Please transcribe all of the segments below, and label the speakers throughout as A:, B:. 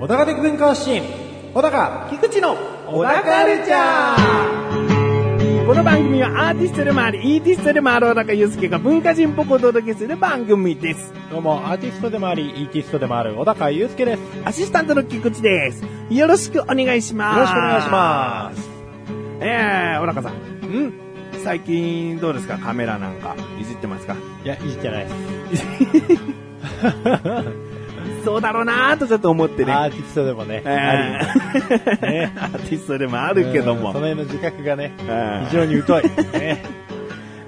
A: 小高的文化発信小高菊池の小高カルチャー
B: この番組はアーティストでもあり、イーティストでもある小高祐介が文化人っぽくお届けする番組です。
A: どうもアーティストでもありイーティストでもある小高祐介ですよ
B: アシスタントの菊池です。よろしくお願いします。
A: ろしくお願いします
B: す。えー、小高さん、
A: うん
B: 最近どうですかカメラなんかいじってますか
A: いやいいじゃないです
B: そうだろうなーとちょっと思ってね。
A: アーティストでもね、
B: えー
A: ありね
B: アーティストでもあるけど
A: う
B: も
A: んそ。の辺の自覚がね、
B: うん
A: 非常 に疎い。ね、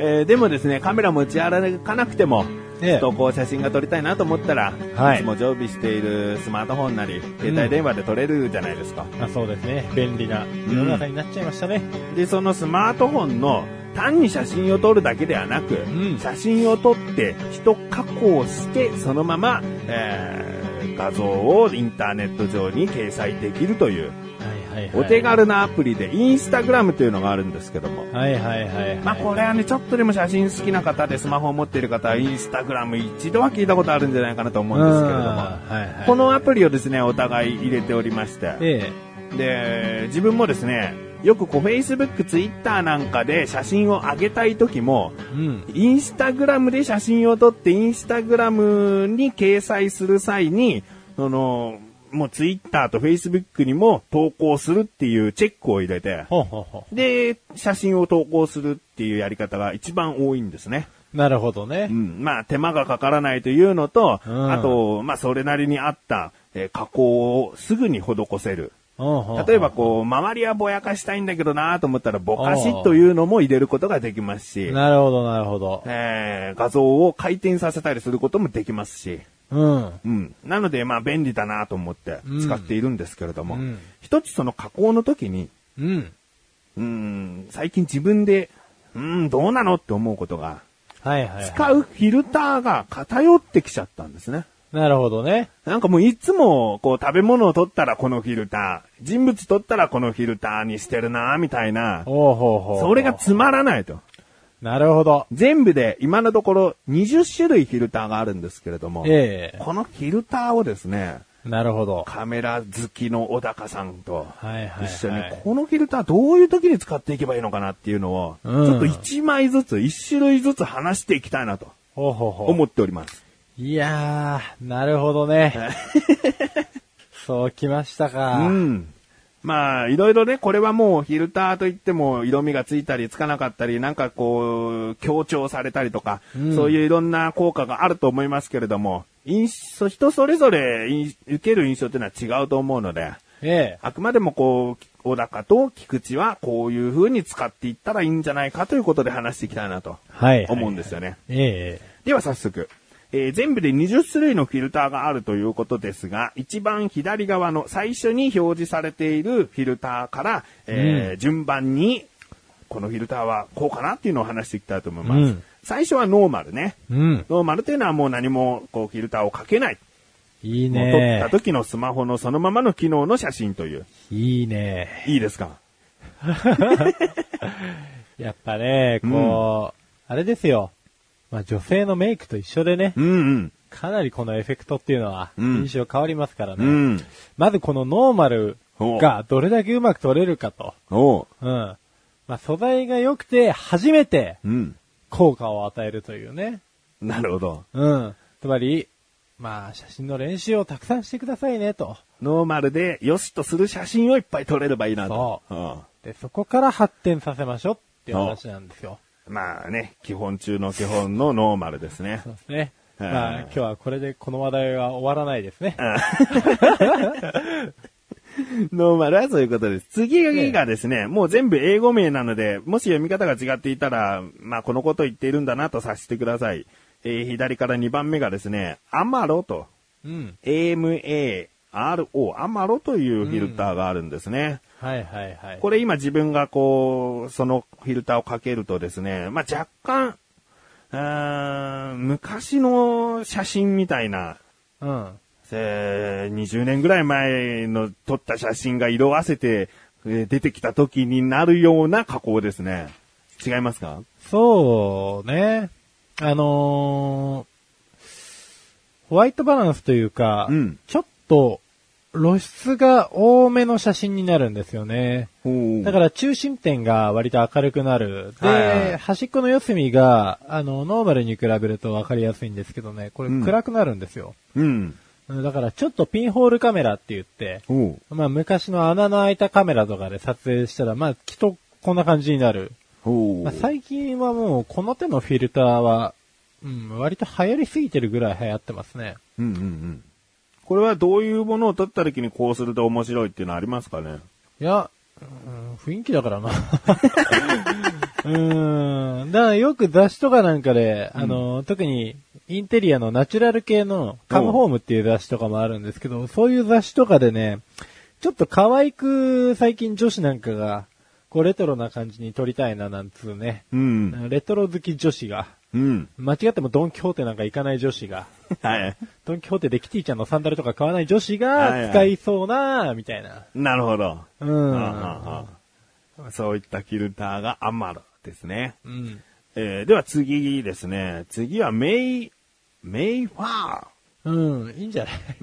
B: えーでもですね、カメラ持ち歩かなくても、
A: ええ
B: ちょっとこう写真が撮りたいなと思ったら、
A: はい
B: い、つも常備しているスマートフォンなり、携帯電話で撮れるじゃないですか。
A: あそうですね。便利な世の中になっちゃいましたね。
B: で、そのスマートフォンの単に写真を撮るだけではなく、
A: ん
B: 写真を撮って、一加工して、そのまま、えー画像をインターネット上に掲載できるという、
A: はいはいはい。
B: お手。軽なアプリで、インスタグラムというのがあるんですけども、
A: はいはいはい、はい。
B: まあこれはね、ちょっとでも写真好きな方でスマホを持っている方は、インスタグラム一度は聞いたことあるんじゃないかなと思うんですけれども、
A: うんはいはい。
B: このアプリをですね、お互い入れておりまして、
A: え
B: で、自分もですね、よくこう Facebook、Twitter なんかで写真を上げたい時も、
A: えうん。
B: インスタグラムで写真を撮って、インスタグラムに掲載する際に、その、もう Twitter と Facebook にも投稿するっていうチェックを入れて、
A: ほうほうほ
B: で、写真を投稿するっていうやり方が一番多いんですね。
A: う。なるほどね
B: う。ん。まあ、手間がかからないというのと、
A: うん
B: あと、まあ、それなりにあった、えー加工をすぐに施せる。
A: ほうほうほう
B: 例えば、こう、周りはぼやかしたいんだけどなと思ったら、ぼかしというのも入れることができますし、
A: なるほどなるほど。
B: えー画像を回転させたりすることもできますし、
A: うん。
B: うん。なので、まあ、便利だなと思って使っているんですけれども、
A: うんうん
B: 一つその加工の時に、
A: うん。
B: うん、最近自分で、うん、どうなのって思うことが、
A: はいはい、は
B: 使うフィルターが偏ってきちゃったんですね。
A: い。なるほどね。
B: なんかもういつも、こう食べ物を取ったらこのフィルター、人物取ったらこのフィルターにしてるなみたいな、
A: ほうほうほう。
B: それがつまらないと。
A: なるほど。
B: 全部で今のところ20種類フィルターがあるんですけれども、
A: ええ
B: このフィルターをですね、
A: なるほど。
B: カメラ好きの小高さんと
A: はいはいはい
B: 一緒に、このフィルターどういう時に使っていけばいいのかなっていうのを、ち
A: うん
B: ょっと1枚ずつ、1種類ずつ話していきたいなと
A: ほうほうほう。
B: 思っております。
A: いやー、なるほどね。 そうきましたか。
B: うん。まあ、いろいろね、これはもうフィルターといっても色味がついたりつかなかったり、なんかこう、強調されたりとか、そういういろんな効果があると思いますけれども、印象、人それぞれい受ける印象っていうのは違うと思うので、
A: ええ
B: あくまでもこう、小高と菊池はこういう風に使っていったらいいんじゃないかということで話していきたいなと
A: はい
B: 思うんですよね。
A: ええ
B: では早速、えー全部で20種類のフィルターがあるということですが、一番左側の最初に表示されているフィルターから、えー順番に、このフィルターはこうかなっていうのを話していきたいと思います。
A: うん
B: 最初はノーマルね。
A: うん。
B: ノーマルというのはもう何もこうフィルターをかけない。
A: いい
B: もう撮った
A: ね。
B: 時のスマホのそのままの機能の写真という。
A: いいね。
B: いいですか
A: やっぱね、こう、あれですよ。まあ女性のメイクと一緒でね、
B: うんうん。
A: かなりこのエフェクトっていうのは
B: うん
A: 印象変わりますからね。
B: うん。
A: まずこのノーマルがどれだけうまく撮れるかと。
B: おう。
A: うん。まあ素材が良くて初めて
B: うん。
A: 効果を与えるというね。
B: なるほど。
A: うん。つまり、まあ写真の練習をたくさんしてくださいねと。
B: ノーマルで良しとする写真をいっぱい撮れればいいなと。うん
A: で、そこから発展させましょうっていう話なんですよ。
B: まあね、基本中の基本のノーマルですね
A: そ。うですね。
B: はい
A: まあ今日はこれでこの話題は終わらないですね。
B: ノーマルはそういうことです。次がですね、もう全部英語名なので、もし読み方が違っていたら、まあこのことを言っているんだなと察してください。えー左から2番目がですね、アマロと、
A: うん。
B: AMARO、アマロというフィルターがあるんですね。
A: はいはいはい。
B: これ今自分がこう、そのフィルターをかけるとですね、まあ、若干、うーん昔の写真みたいな、
A: うん。
B: えー20年ぐらい前の撮った写真が色あせて、えー出てきた時になるような加工ですね。違いますか
A: そうね。あのーホワイトバランスというか、
B: うん、
A: ちょっと露出が多めの写真になるんですよね。だからら中心点が割と明るくなる。で、
B: はいはい
A: 端っこの四隅が、あの、ノーマルに比べると分かりやすいんですけどね、これ
B: うん
A: 暗くなるんですよ。
B: うん。
A: うんだからちょっとピンホールカメラって言って、
B: おう
A: まあ昔の穴の開いたカメラとかで撮影したら、まあきっとこんな感じになる。
B: おう
A: まあ、最近はもうこの手のフィルターは、うん、割と流行りすぎてるぐらい流行ってますね。
B: うんうんうん。これはどういうものを撮った時にこうすると面白いっていうのはありますかね
A: いや、うん、雰囲気だからな。 うん。だからよく雑誌とかなんかで、あの、特にインテリアのナチュラル系のカムホームっていう雑誌とかもあるんですけど、そういう雑誌とかでね、ちょっと可愛く最近女子なんかが、こうレトロな感じに撮りたいななんつうね。
B: うん。
A: レトロ好き女子が、
B: うん。
A: 間違ってもドンキホーテなんか行かない女子が、
B: はい。
A: ドンキホーテでキティちゃんのサンダルとか買わない女子
B: はいは
A: が
B: い
A: 使いそうな、みたいな。
B: なるほど。
A: う
B: ああ
A: ん。
B: ああそういったフィルターがアマルですね。
A: うん。
B: えーでは次ですね。次はメイ、メイファー。
A: うん、いいんじゃない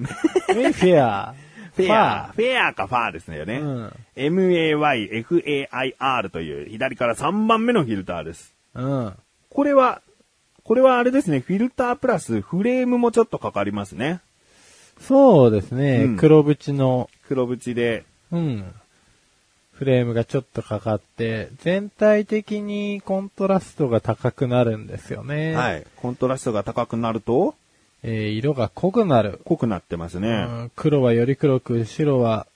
A: メイフェア。
B: フェア。フ
A: フ
B: ェアかファーですよね。
A: うん
B: MAYFAIR という左から3番目のフィルターです。
A: ァうん。
B: これは、これはあれですね、フィルタープラスフレームもちょっとかかりますね。
A: そうですね、
B: うん
A: 黒縁の、
B: 黒縁で。
A: うん。フレームがちょっとかかって、全体的にコントラストが高くなるんですよね。い。
B: い。コントラストが高くなると、
A: えー色が濃くなる。
B: 濃くなってますね。
A: うん、黒はより黒く、白は、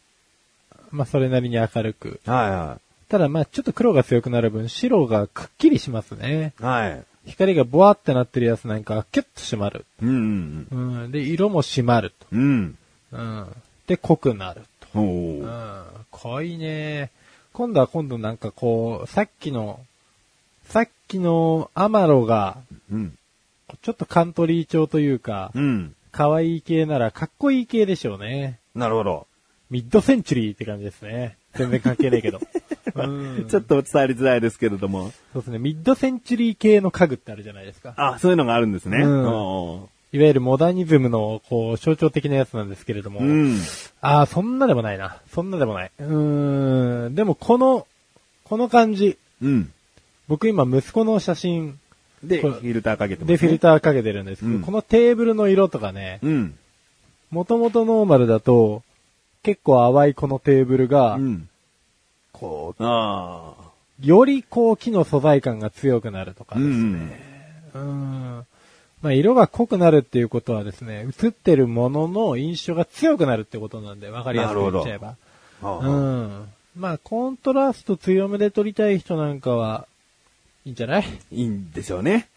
A: まあ、それなりに明るく。
B: はいは
A: ただまあちょっと黒が強くなる分、白がくっきりしますね。
B: い。はい。
A: 光がボワってなってるやつなんかキュッと締まる。
B: うんうん
A: うん。で、色も締まると。
B: うん。うん。
A: うん。で、濃くなると。
B: お
A: う
B: ー
A: ん。濃いね。今度は今度なんかこう、さっきの、さっきのアマロが、
B: うん。
A: ちょっとカントリー調というか、
B: うん。
A: 可愛い系ならかっこいい系でしょうね。
B: なるほど。
A: ミッドセンチュリーって感じですね。全然関係ない けど。うん。
B: ちょっと伝わりづらいですけれども。
A: そうですね。ミッドセンチュリー系の家具ってあるじゃないですか。
B: あ、そういうのがあるんですね。
A: うん
B: お
A: いわゆるモダニズムの、こう、象徴的なやつなんですけれども。
B: ーうん。
A: ああ、そんなでもないな。そんなでもない。うーん。でも、この、この感じ。
B: うん。
A: 僕今、息子の写真
B: で、
A: こ
B: フ
A: れ
B: ィルターかけてます、
A: でフィルターかけてるんですけど、
B: うん
A: このテーブルの色とかね、
B: うん。
A: もともとノーマルだと、結構淡いこのテーブルが、
B: うん。
A: こ
B: ああ。
A: う、よりこう、木の素材感が強くなるとか
B: う
A: ですね。
B: ん。
A: うーん。まあ、色が濃くなるっていうことはですね、映ってるものの印象が強くなるってことなんで、わかりやすく言っちゃえば。う
B: あ
A: ん。まあ、コントラスト強めで撮りたい人なんかは、いいんじゃない
B: いいんでしょうね。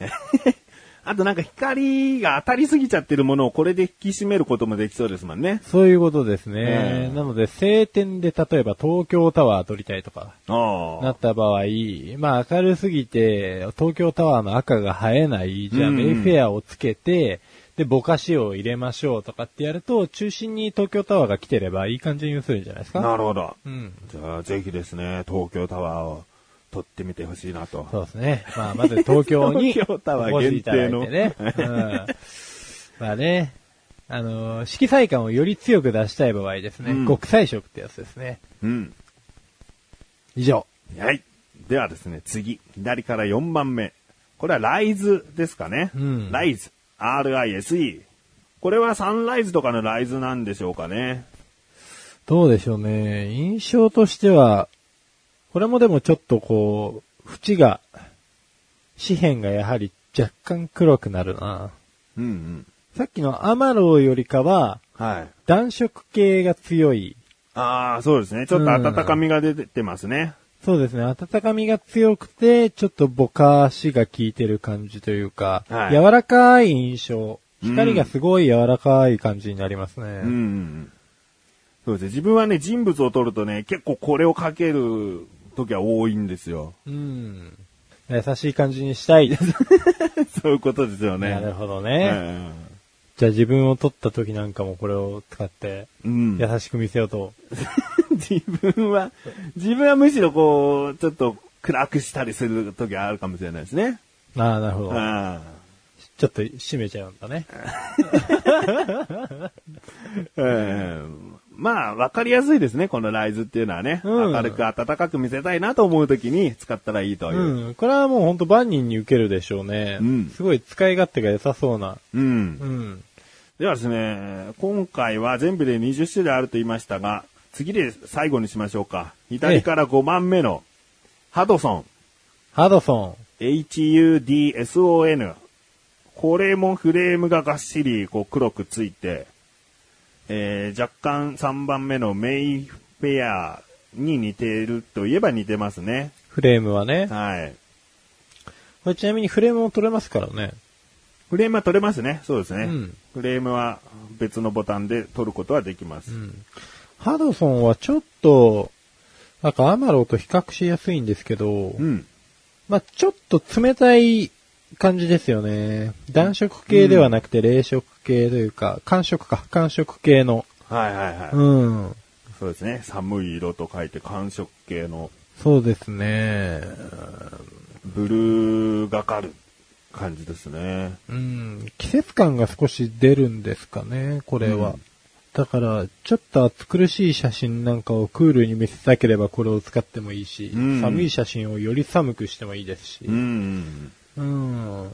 B: あとなんか光が当たりすぎちゃってるものをこれで引き締めることもできそうですもんね。
A: そういうことですね。
B: うん
A: なので、晴天で例えば東京タワー撮りたいとか、
B: あ
A: なった場合、まあ明るすぎて、東京タワーの赤が映えない、じゃあ
B: うん
A: メイフェアをつけて、で、ぼかしを入れましょうとかってやると、中心に東京タワーが来てればいい感じに映るんじゃないです
B: あ。
A: か
B: なるほど。
A: うん。
B: じゃあぜひですね、東京タワーを撮ってみてほしいなと。
A: そうですね。まあ、まず東京に
B: 東京タワー
A: お越しいただいてね。
B: 限
A: うんまあね、あのー色彩感をより強く出したい場合ですね。
B: うん
A: 極彩色ってやつですね。
B: うん。
A: 以上。
B: はい。ではですね、次。左から4番目。これはライズですかね。
A: うん
B: ライズ。RISE。これはサンライズとかのライズなんでしょうかね。
A: どうでしょうね。印象としては、これもでもちょっとこう、縁が、紙辺がやはり若干黒くなるな。
B: うんうん。
A: さっきのアマローよりかは、
B: はい。
A: 暖色系が強い。
B: ああ、そうですね。ちょっと温かみが出てますね。
A: そうですね。温かみが強くて、ちょっとぼかしが効いてる感じというか、
B: はい
A: 柔らかい印象。
B: うん
A: 光がすごい柔らかい感じになりますね。
B: うんうんうん。そうですね。自分はね、人物を撮るとね、結構これをかける時は多いんです よ。
A: うん優しい感じにしたい。
B: そういうことですよね。
A: なるほ
B: ど
A: どね。じゃあ自分を撮った時なんかもこれを使って、
B: うん。
A: 優しく見せようと。
B: 自分は、自分はむしろこう、ちょっと暗くしたりする時はあるかもしれないですね。
A: ああ、なるほど。
B: あ
A: ちょっと締めちゃうんだね。
B: まあ、わかりやすいですね、このライズっていうのはね。
A: うん
B: 明るく暖かく見せたいなと思う時に使ったらいいというう。
A: ん。これはもう本当万人に受けるでしょうね。
B: うん
A: すごい使い勝手が良さそうな。
B: うん
A: うん。
B: ではですね、今回は全部で20種類あると言いましたが、次で最後にしましょうか。左から5番目の、ハドソン、
A: ハドソ
B: HUDSON。これもフレームががっしりこう黒くついて、えー若干3番目のメイフェアに似てるといえば似てますね。
A: ン。フレームはね。
B: はい。
A: これちなみにフレームも取れますからね。
B: フレームは取れますね。そうですね。
A: うん
B: フレームは別のボタンで取ることはできます。
A: ハドソンはちょっと、なんかアマロと比較しやすいんですけど、
B: うん
A: まあちょっと冷たい感じですよね。暖色系ではなくて冷色系というか、寒色か、寒色系の。
B: はいはいはい。
A: うん。
B: そうですね。寒い色と書いて寒色系の
A: そうですね。
B: ブルーがかる感じですね。
A: うん。季節感が少し出るんですかね、これ
B: う
A: は。
B: ん
A: だから、ちょっと暑苦しい写真なんかをクールに見せたければこれを使ってもいいし、
B: うん
A: 寒い写真をより寒くしてもいいですし。
B: うん。
A: うん。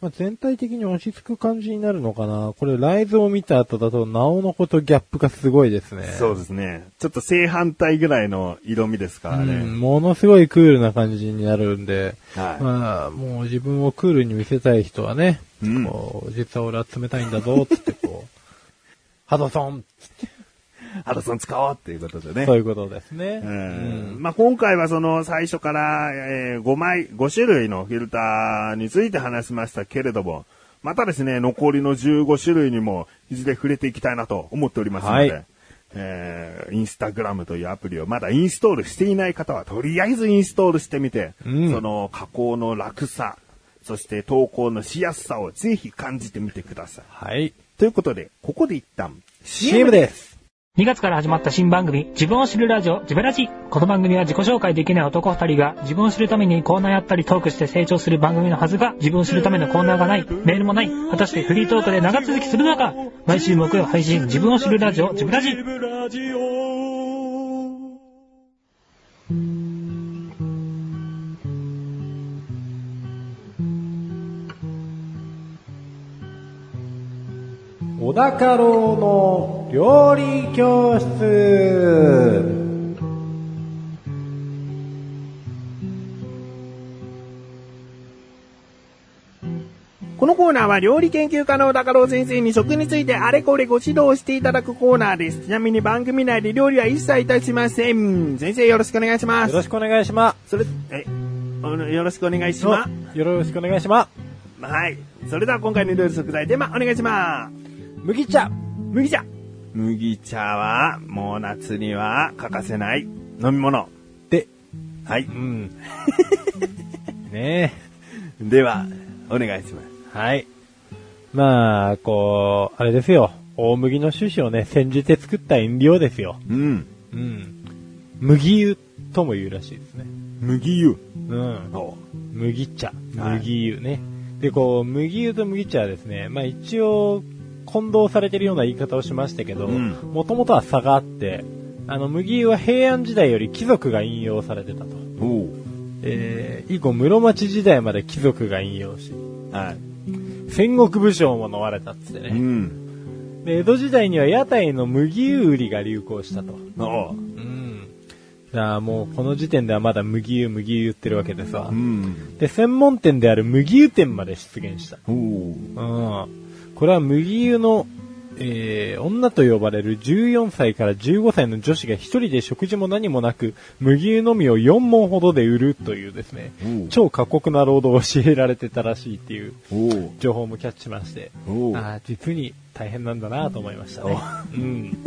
A: まあ、全体的に落ち着く感じになるのかな。これ、ライズを見た後だと、なおのことギャップがすごいですね。
B: そうですね。ちょっと正反対ぐらいの色味ですから
A: ん
B: ね。
A: ものすごいクールな感じになるんで、
B: はい
A: まあ、もう自分をクールに見せたい人はね、
B: うん
A: こう、実は俺は冷たいんだぞ、つってこう、 ハドソン
B: ハドソン使おうっていうことでね。
A: そういうことですね。
B: う
A: うん
B: んまあ、今回はその最初から、え5枚、5種類のフィルターについて話しましたけれども、またですね、残りの15種類にもいずれ触れていきたいなと思っておりますので、
A: はい
B: えーインスタグラムというアプリをまだインストールしていない方は、とりあえずインストールしてみて、
A: うん
B: その加工の楽さ、そして投稿のしやすさをぜひ感じてみてください。
A: はい。
B: ということで、ここで一旦
A: CM です。
C: 2月から始まった新番組、自分を知るラジオ、自分ラジ。この番組は自己紹介できない男2人が自分を知るためにコーナーやったりトークして成長する番組のはずが、自分を知るためのコーナーがない、メールもない、果たしてフリートークで長続きするのか毎週木曜配信、自分を知るラジオ、自分ラジ。
A: 小高郎の料理教室。
B: このコーナーは料理研究家の高郎先生に食についてあれこれご指導していただくコーナーです。ちなみに番組内で料理は一切いたしません。先生よろしくお願いしま
A: よろ
B: す。
A: しくお願いします。
B: それ、え、あのよろしくお願いしま
A: よろしくお願いします。
B: す。はい。それでは今回の料理食材テーマお願いします。
A: 麦茶
B: 麦茶。麦茶は、もう夏には欠かせない飲み物。
A: で、。
B: はいう
A: ん。 ね
B: では、お願いします。
A: え。はい。まあ、こう、あれですよ。大麦の種子をね、煎じて作った飲料ですよ。
B: うん。
A: うん。麦湯とも言うらしいですね。
B: 麦湯。
A: うん。
B: お
A: 麦茶。
B: はい
A: 麦湯ね。で、こう、麦湯と麦茶はですね、まあ一応、混同されてるような言い方をしましたけど、
B: うん
A: もともとは差があって、あの、麦湯は平安時代より貴族が引用されてたと。
B: お
A: えー以後室町時代まで貴族が引用し、
B: はい。
A: 戦国武将も飲まれたっつって
B: う
A: ね。
B: ん。
A: で、江戸時代には屋台の麦湯売りが流行したと。
B: お
A: うん。じゃあもうこの時点ではまだ麦湯麦湯言ってるわけですわ
B: う。ん。
A: で、専門店である麦湯店まで出現した。
B: おお。
A: うん。これは麦湯の、えー女と呼ばれる14歳から15歳の女子が一人で食事も何もなく、麦湯のみを4本ほどで売るというですね
B: うん、
A: 超過酷な労働を教えられてたらしいっていう
B: おう
A: 情報もキャッチしまして、
B: おう
A: ああ、実に大変なんだなと思いましたね。 うん。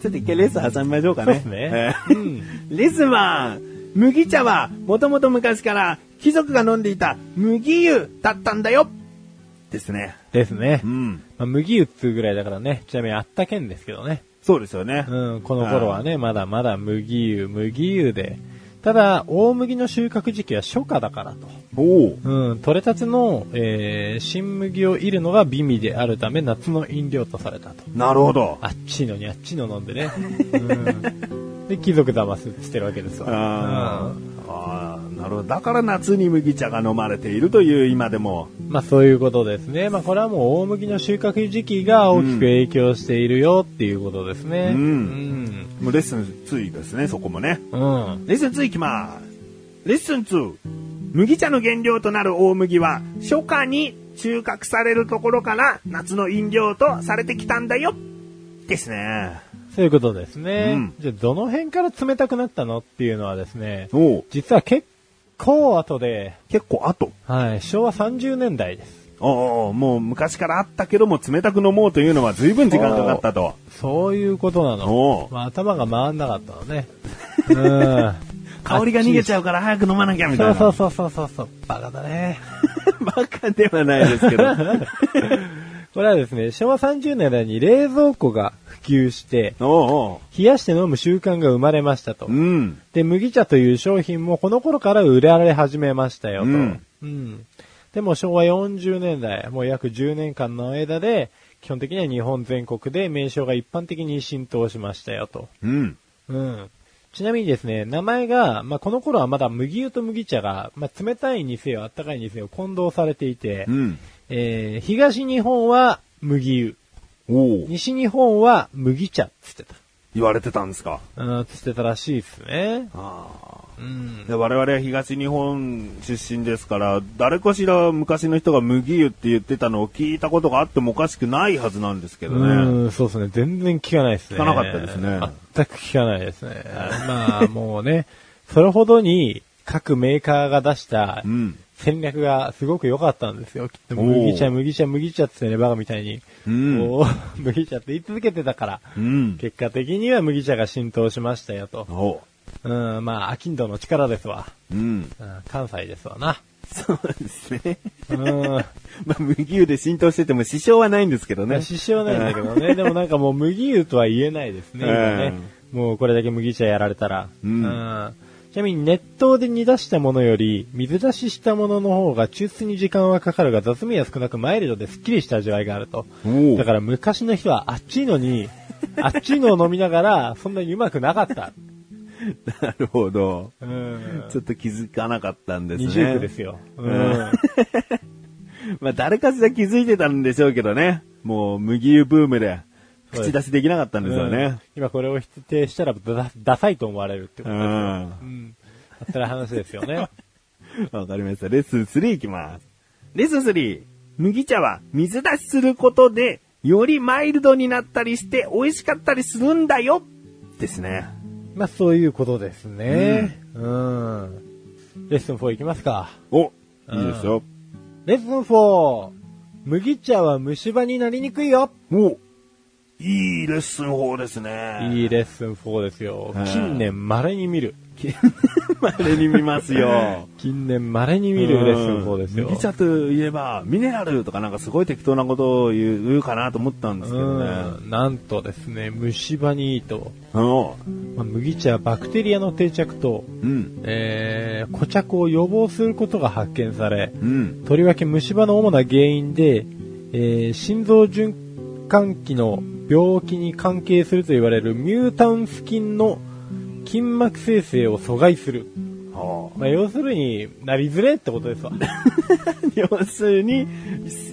B: ちょっと一回レース挟みましょうか
A: そう
B: ね。
A: ですね
B: え。
A: う
B: ー
A: ん。
B: レスは、麦茶は、もともと昔から貴族が飲んでいた麦湯だったんだよですね。
A: ですね
B: う。ん。
A: まあ、麦湯っつうぐらいだからね、ちなみにあったけんですけどね。
B: そうですよね。
A: うん、この頃はね、まだまだ麦湯、麦湯で。ただ、大麦の収穫時期は初夏だからと。
B: おお。
A: うん、取れたての、えー新麦をいるのが美味であるため夏の飲料とされたと。
B: なるほど。
A: あっちのにあっちの飲んでね。うん、で、貴族騙すしてるわけですわ。
B: あーあー、なるほど。だから夏に麦茶が飲まれているという今でも。
A: うんまあそういうことですね。まあこれはもう大麦の収穫時期が大きく影響しているよっていうことですね。
B: うんもうレッスン2ですね、そこもね。
A: うん。うん。
B: レッスン2いきます。レッスン2。麦茶の原料となる大麦は、初夏に収穫されるところから夏の飲料とされてきたんだよ。ですね。
A: そういうことですね。
B: うん
A: じゃあどの辺から冷たくなったのっていうのはですね、
B: お
A: 実は結構後で、
B: 結構後。
A: はい、昭和30年代です。
B: おーもう昔からあったけども冷たく飲もうというのは随分時間かかったと。
A: そういうことな
B: お
A: の
B: う。
A: まあ、頭が回んなかったの ね。うん。
B: 香りが逃げちゃうから早く飲まなきゃみたい
A: そう
B: な。
A: そうそうそうそうそう。バカだ ね。
B: バカではないです けど。
A: これはですね、昭和30年代に冷蔵庫が普及して、
B: おうお
A: 冷やして飲む習慣が生まれましたと
B: う。。うん。
A: で、麦茶という商品もこの頃から売られ始めましたよと。
B: う
A: うんん。でも昭和40年代、もう約10年間の間で、基本的には日本全国で名称が一般的に浸透しましたよと。
B: うん。
A: うん。ちなみにですね、名前が、まあ、この頃はまだ麦湯と麦茶が、まあ、冷たいにせよ、暖かいにせよ混同されていて、
B: うん。
A: えー、東日本は麦湯、
B: おう
A: 西日本は麦茶っつってた。
B: 言われてたんですか。
A: うん、つってたらしいですね。
B: ああ。
A: うん。
B: で我々は東日本出身ですから、誰かしら昔の人が麦湯って言ってたのを聞いたことがあってもおかしくないはずなんですけどね。
A: うん、そうですね。全然聞かないですね。
B: 聞かなかったですね
A: 全く聞かないですね。まあ、もうね、それほどに各メーカーが出した
B: うん。
A: 戦略がすごく良かったんですよ。きっと
B: おー
A: 麦茶、麦茶、麦茶ってね、バカみたいに、
B: うん
A: こう 麦茶って言い続けてたから、
B: うん。
A: 結果的には麦茶が浸透しましたよと。
B: おう
A: うん、まあ、アキンドの力ですわ。
B: うん。
A: うん関西ですわな。
B: そうですね。
A: うん。
B: まあ、麦湯で浸透してても支障はないんですけどね。
A: 支障ないんだけどね。でもなんかもう麦湯とは言えないですね、今ね。もうこれだけ麦茶やられたら。
B: うん
A: ちなみに熱湯で煮出したものより、水出ししたものの方が抽出に時間はかかるが雑味は少なくマイルドでスッキリした味わいがあると
B: おう。
A: だから昔の人はあっちいのに、あっちいのを飲みながら、そんなにうまくなかった。
B: なるほど。
A: うん。
B: ちょっと気づかなかったんですね。
A: 20区ですよ。う
B: うん
A: ん。
B: まあ、誰かしら気づいてたんでしょうけどね。もう、麦湯ブームで、
A: そうです
B: 口出しできなかったんですよ
A: うん
B: ね。
A: 今これを否定したらダダサいと思われるって こ
B: う
A: と。
B: ん。
A: うん。だったら話ですよね。
B: わかりました。レッスン3いきます。レッスン3。麦茶は水出しすることで、よりマイルドになったりして美味しかったりするんだよですね。
A: まあそういうことですね。うん。レッスン4いきますか。
B: お、
A: いいです
B: よ。
A: レッスン 4! 麦茶は虫歯になりにくいよ
B: お、いいレッスン法ですね。
A: いいレッスン4ですよ
B: うん。
A: 近年稀に見る。
B: まれに見ます よ。
A: 近年稀に見るレッスン4ですよ。
B: 麦茶といえば、ミネラルとかなんかすごい適当なことを言う言うかなと思ったんですけどね。
A: うん。なんとですね、虫歯にいいと。
B: うん。
A: まあ、麦茶はバクテリアの定着と、
B: うん。
A: えー、固着を予防することが発見され、
B: うん。
A: とりわけ虫歯の主な原因で、えー心臓循環器の病気に関係すると言われるミュータンス菌の筋膜生成を阻害する。
B: はあ
A: まあ、要するになりづれってことですわ。
B: 要するに、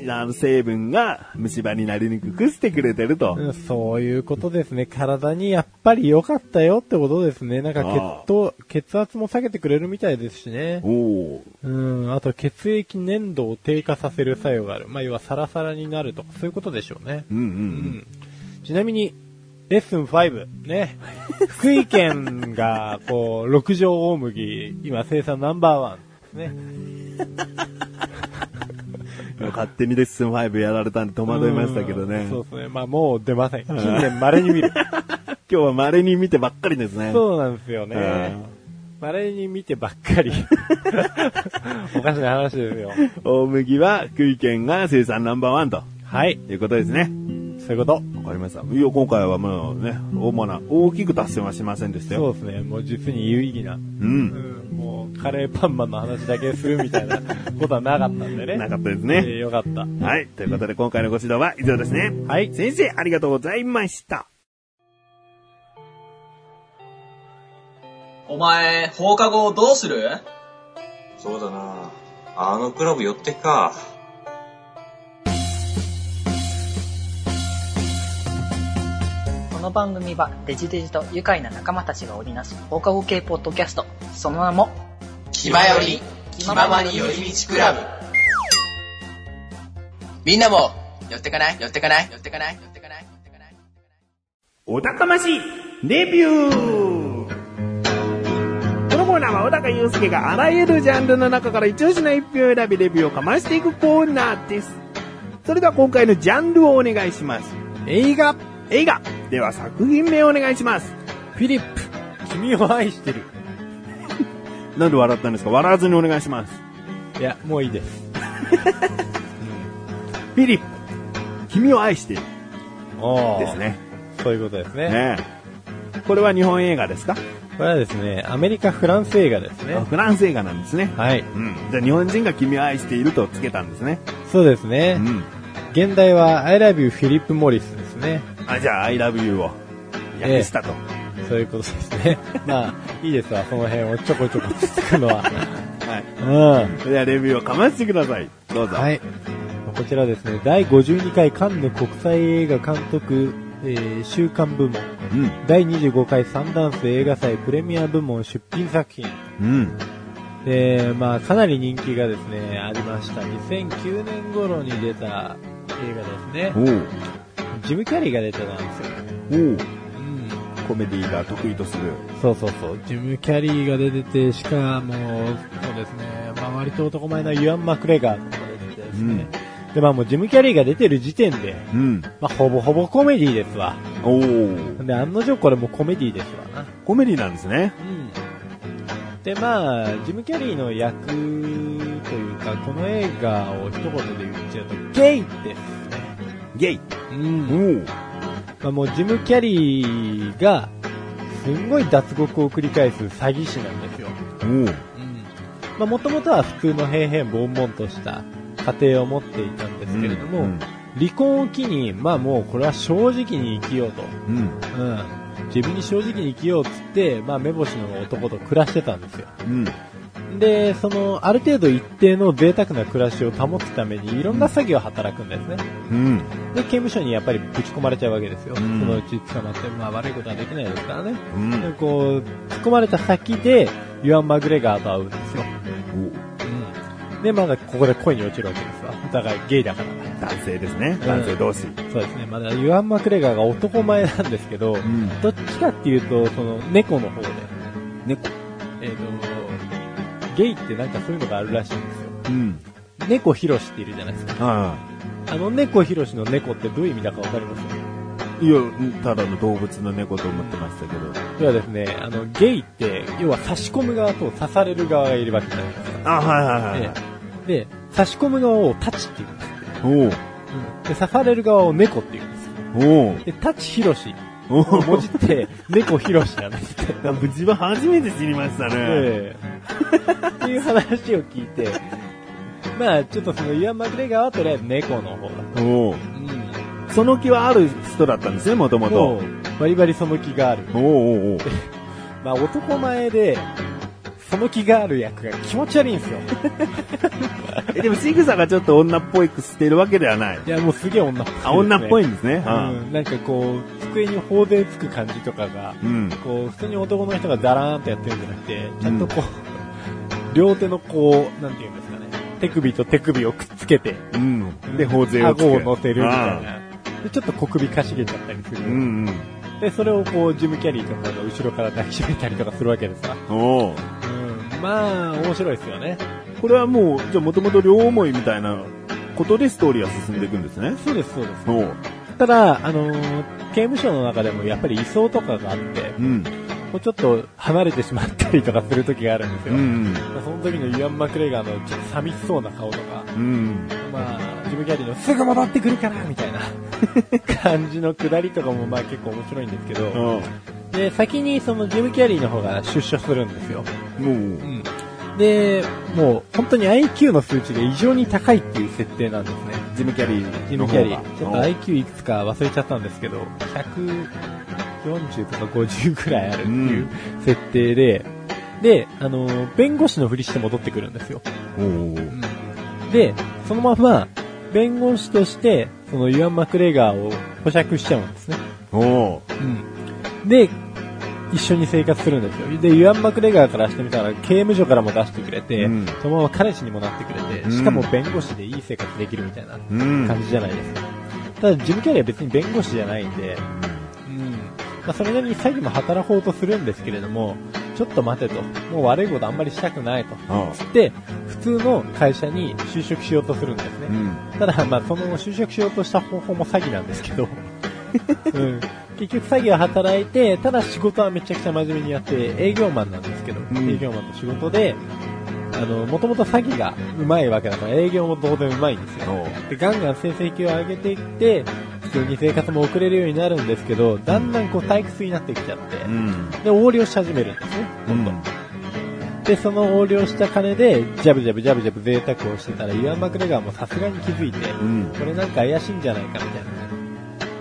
B: あの成分が虫歯になりにくくしてくれてると。
A: うんそういうことですね。体にやっぱり良かったよってことですね。なんか血糖、血圧も下げてくれるみたいですしね。
B: おお。
A: うん。あと血液粘土を低下させる作用がある。まあ、要はサラサラになるとか、そういうことでしょうね。
B: うんうん
A: うんちなみに、レッスン5、ね。 福井県が、こう、 六条大麦、今生産ナンバーワンですね。
B: うん。勝手にレッスン5やられたんで戸 惑いましたけど
A: う
B: ね。
A: ん
B: 今
A: そうですね。まあもう出ません。近年 稀に見る。
B: 日は稀に見てばっかりですね。
A: そうなんですよ
B: う
A: ね
B: ん。
A: 稀に見てばっかり。 おかしな話ですよ。
B: 大麦は福井県が生産ナンバーワンと
A: はい。
B: いうことですね。
A: そういうこと。
B: わかりました。いや、今回はもうね、主な、大きく達成はしませんでした
A: そ
B: よ。
A: うですね。もう実に有意義な。
B: う。
A: うんん。もう、カレーパンマンの話だけするみたいなことはなかったんで ね。
B: なか
A: っ
B: ったです
A: た
B: ね。
A: よかった。
B: はい。ということで、今回のご指導は以上ですね。
A: はい。
B: 先生、ありがとうございました。
D: お前、放課後どうする
E: そうだなあのクラブ寄ってっか。
F: この番組はデジデジと愉快な仲間たちが織りなす放課後系ポッドキャストその名も
G: 気まより、気ままに寄り道クラブ。みんなも、寄ってかない寄ってかない寄ってかない寄ってかない寄ってかない
B: お高ましいレビューこのコーナーは小高祐介があらゆるジャンルの中から一押しの一票を選びレビューをかましていくコーナーです。それでは今回のジャンルをお願いします。
A: 映画、フ
B: 映画では作品名をお願いします。
A: ィリップ、君を愛してる。
B: なんで笑ったんですか笑わずにお願いします。
A: いや、もういいです。
B: フィリップ、君を愛している
A: お
B: です。ね。
A: そういうことですね。
B: ねえこれは日本映画ですか、
A: これはですね、アメリカ、フランス映画ですね。
B: フランス映画なんですね。
A: はい。
B: うん。じゃあ日本人が君を愛しているとつけたんですね。
A: そうです
B: う
A: ね。
B: ん。
A: 現代は I love you フィリップ・モリスですね。
B: あ、じゃあ I love you を訳したと。
A: そういうことですね。 まあ、いいですわ、その辺をちょこちょこつつくのは。
B: はい。
A: うん。
B: ではレビューをかましてください。どうぞ。
A: はい。こちらですね、第52回カンヌ国際映画監督、えー週間部門、
B: うん。
A: 第25回サンダンス映画祭プレミア部門出品作品。
B: うん。
A: で、まあ、かなり人気がですね、ありました。2009年頃に出た映画です
B: お
A: ね。
B: う。
A: ジム・キャリーが出てたんですよ。
B: おう。
A: うん。
B: コメディが得意とする。
A: そうそうそう。ジム・キャリーが出てて、しかも、そうですね、まあ割と男前なユアン・マクレガーとか出ててですね。で、まあもうジム・キャリーが出てる時点で、
B: うん。
A: まあほぼほぼコメディですわ。
B: おう。
A: で、案の定これもコメディですわな。
B: コメディなんですね。
A: うん。で、まあ、ジム・キャリーの役というか、この映画を一言で言っちゃうと、ゲイです。
B: ゲイ。
A: うん
B: おう。
A: まあ、もうジム・キャリーが、すんごい脱獄を繰り返す詐欺師なんですよ。
B: おう。
A: まあ、もともとは普通の平々ボンボンとした家庭を持っていたんですけれども、
B: うん
A: 離婚を機に、まあもうこれは正直に生きようと。
B: うん。
A: うん。自分に正直に生きようっつって、まあ目星の男と暮らしてたんですよ。
B: うん。
A: で、その、ある程度一定の贅沢な暮らしを保つために、いろんな詐欺を働くんですね。
B: うん。
A: で、刑務所にやっぱりぶち込まれちゃうわけですよ。
B: う
A: そ
B: ん
A: のうち捕まって、まあ悪いことはできないですからね。
B: うん。
A: でこう、突っ込まれた先で、ユアン・マグレガーと会うんですよ。
B: おう
A: で、まだここで恋に落ちるわけですわ。お互いゲイだから。
B: 男性ですね。
A: うん
B: 男性同士。
A: そうですね。まだユアン・マクレガーが男前なんですけど、
B: ん。
A: どっちかっていうと、その、猫の方で。
B: 猫。
A: えっ、と、ゲイってなんかそういうのがあるらしいんですよ。
B: うん。
A: 猫ひろしっているじゃないですか。
B: あ
A: あの猫ひろしの猫ってどういう意味だかわかります
B: あ。いや、ただの動物の猫と思ってましたけど。
A: ではですね、あの、ゲイって、要は差し込む側と刺される側がいるわけじゃないですか。
B: あ、はいはい
A: え
B: はい。
A: えで、差し込む側をタチって言うんですよ。
B: おう。
A: で、刺される側を猫って言うんですよ。
B: おう。
A: で、タチひろし。
B: おう。
A: 文字って、猫ひろしなんですって。
B: 自分初めて知りましたね。
A: ええっていう話を聞いて、まあ、ちょっとその、イアン・マクレガーはとりあえず猫の方だと。
B: おう。
A: うん。
B: その気はある人だったんですね、もとも
A: も
B: と。
A: う、バリバリその気がある。
B: おうおうおう。
A: まあ、男前で、その気がある役が気持ち悪いんですよ。
B: え、でも仕草がちょっと女っぽくしてるわけではない。
A: いや、もうすげえ女っぽい、
B: あ、女っぽい
A: うん
B: ですね。
A: ん。なんかこう、机に頬杖つく感じとかが、
B: うん。
A: こう、普通に男の人がダラーンとやってるんじゃなくて、ちゃんとこう、両手のこう、なんていうんですかね、手首と手首をくっつけて、
B: うん。うん。で、頬杖をつけ
A: 顎を乗せるみたい。な。で、ちょっと小首かしげちゃったりする。
B: うんうん。
A: で、それをこう、ジム・キャリーとかが後ろから抱きしめたりとかするわけでさ。
B: おう
A: うん。まあ、面白いですよね。
B: これはもう、じゃあもともと両思いみたいなことでストーリーは進んでいくんですね。
A: そうです、そうです。
B: おう。
A: ただ、あのー刑務所の中でもやっぱり移送とかがあって、
B: うん。
A: こうちょっと離れてしまったりとかする時があるんですよ。
B: うん。
A: その時のイアン・マクレガーのちょっと寂しそうな顔とか、
B: うん。
A: まあ、ジム・キャリーのすぐ戻ってくるからみたい な感じのくだりとかもまあ結構面白いんですけ
B: う
A: ど、
B: ん。
A: で、先にそのジム・キャリーの方が出所するんですよ。
B: もう
A: う。ん。で、もう本当に IQ の数値が異常に高いっていう設定なんですね。
B: ジムキャリー。
A: ジム・キャリ
B: の方
A: ー。
B: が
A: ちょっと IQ いくつか忘れちゃったんですけど、140とか50くらいあるっていう設定で、で、あの、弁護士のふりして戻ってくるんですよ。
B: うんおう
A: で、そのまま、弁護士として、そのイアン・マクレガーを保釈しちゃうんですね。
B: おう。
A: で、一緒に生活するんですよ。で、イアン・マクレガーからしてみたら、刑務所からも出してくれて、
B: うん
A: そのまま彼氏にもなってくれて、しかも弁護士でいい生活できるみたいな
B: うん。
A: 感じじゃないですか。ただ、ジム・キャリーは別に弁護士じゃないんで、まあ、それなりに詐欺も働こうとするんですけれども、ちょっと待てと、もう悪いことあんまりしたくないと。つって、普通の会社に就職しようとするんですね。
B: うん。
A: ただ、まあ、その就職しようとした方法も詐欺なんですけど、 うん、結局詐欺は働いて、ただ仕事はめちゃくちゃ真面目にやって、営業マンなんですけど、
B: ん
A: 営業マンの仕事で、あの、もともと詐欺が上手いわけだから、営業も当然上手いんですよ。
B: おう。
A: で、ガンガン成績を上げていって、普通に生活も送れるようになるんですけど、だんだんこう退屈になってきちゃって、
B: うん。
A: で、横領し始めるんですね。
B: うん。
A: で、その横領した金で、ジャブジャブジャブジャブ贅沢をしてたら、イワン・マクレガーもさすがに気づいて、
B: うん。
A: これなんか怪しいんじゃないかみたい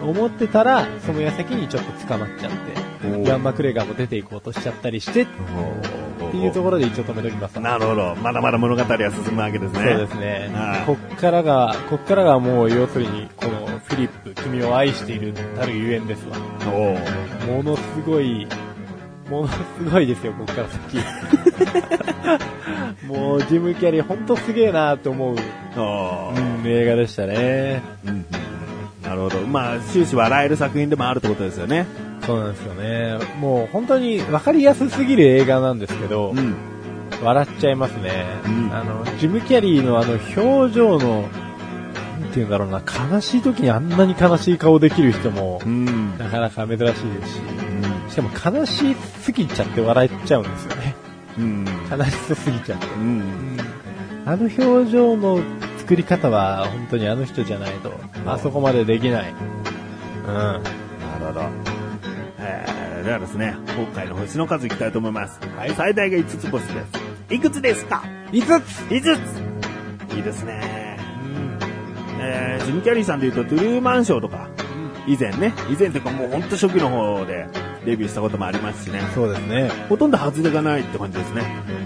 A: な。思ってたら、その矢先にちょっと捕まっちゃって、
B: おう
A: イワン・マクレガーも出ていこうとしちゃったりして、っ
B: お
A: ていうところで一応止めときます。
B: なるほど。まだまだ物語は進むわけですね。
A: そうですね
B: ああ。
A: こっからが、こっからがもう要するに、このフィリップ、君を愛しているたるゆえんですわ。
B: おう
A: ものすごい、ものすごいですよ、こっから 先。もうジム・キャリーほんとすげえなと思う、
B: おう
A: うん、映画でしたね。
B: うんなるほど。まあ、終始笑える作品でもあるってことですよね。
A: そうなんですよね。もう本当に分かりやすすぎる映画なんですけど、
B: ん。
A: 笑っちゃいますね、
B: うん
A: あの、ジム・キャリーのあの表情の、なんて言うんだろうな、悲しい時にあんなに悲しい顔できる人も
B: う、ん。
A: なかなか珍しいですし、しかも悲しすぎちゃって笑っちゃうんですよね。
B: うん。
A: 悲しすぎちゃって。
B: うん。
A: あの表情の作り方は本当にあの人じゃないと、あそこまでできない。うん。
B: なるほど。えー、ではですね、今回の星の数いきたいと思います。はい。最大が5つ星です。いくつですか
A: 5つ
B: ?5 ついいですね。えー、ジム・キャリーさんで言うと、トゥルーマンショーとか、以前ね、以前というかもうほんと初期の方でデビューしたこともありますしね。
A: そうですね。
B: ほとんど外れがないって感じですね。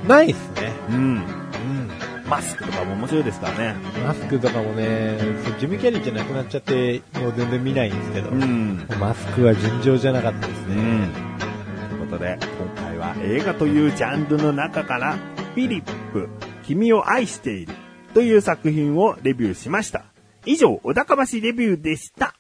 A: ないっすね。
B: うん。
A: うん。
B: マスクとかも面白いですからね。
A: マスクとかもね、そうジム・キャリーじゃなくなっちゃって、もう全然見ないんですけど、
B: ん。
A: マスクは尋常じゃなかったです
B: う
A: ね。
B: ん。ということで、今回は映画というジャンルの中から、フィリップ、君を愛しているという作品をレビューしました。以上、小高橋レビューでした。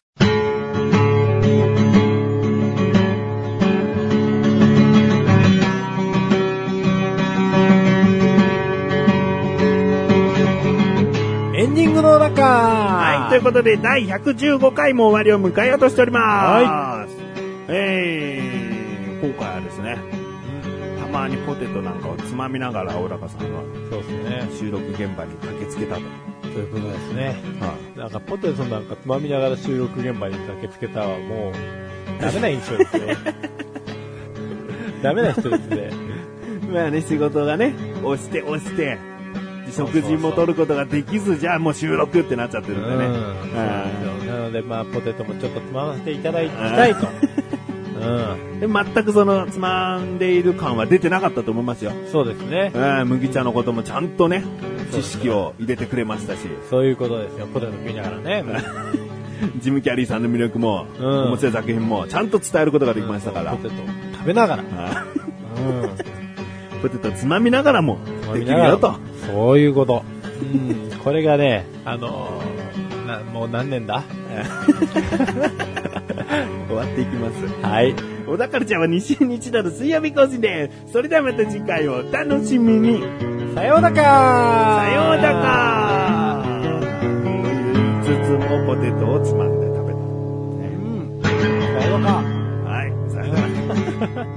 A: エンディングの中
B: はい、
A: は
B: ということで、第115回も終わりを迎えようとしております。えー、今回はですね、たまにポテトなんかをつまみながら、小高さんは
A: そうですね。
B: 収録現場に駆けつけたと。
A: ということですね。なんか、ポテトなんかつまみながら収録現場に駆けつけたはもう、ダメな印象ですよ。ダメな人ですね。
B: まあね、仕事がね、押して押して、
A: そうそ
B: 食
A: う
B: 事も取ることができず、じゃあもう収録ってなっちゃって
A: う
B: る
A: ん
B: んでね。
A: そうなんですよなので、まあ、ポテトもちょっとつまませていただきたいと。う
B: で全くその、つまんでいる感は出てなかったと思いますよ。
A: ん。そうですね。
B: うん、麦茶のこともちゃんとね、知識を入れてくれましたし、
A: そういうことですよ。ポテト食いながらね。
B: ジム・キャリーさんの魅力も、
A: うん
B: 面白い作品も、ちゃんと伝えることができましたから
A: ポ。テト食べながら。
B: あ
A: うん。
B: ポテトつまみながらも、できるよと。
A: そういうこと。うん。これがね、あのーな、もう何年だ
B: 終わっていきます。
A: はい。
B: 小田カルちゃんは2週日だと水曜日更新です。それではまた次回をお楽しみに。
A: さようなか
B: さようだか5つもポテトをつまんで食べた。
A: うん。さようなか
B: はい、さようだか。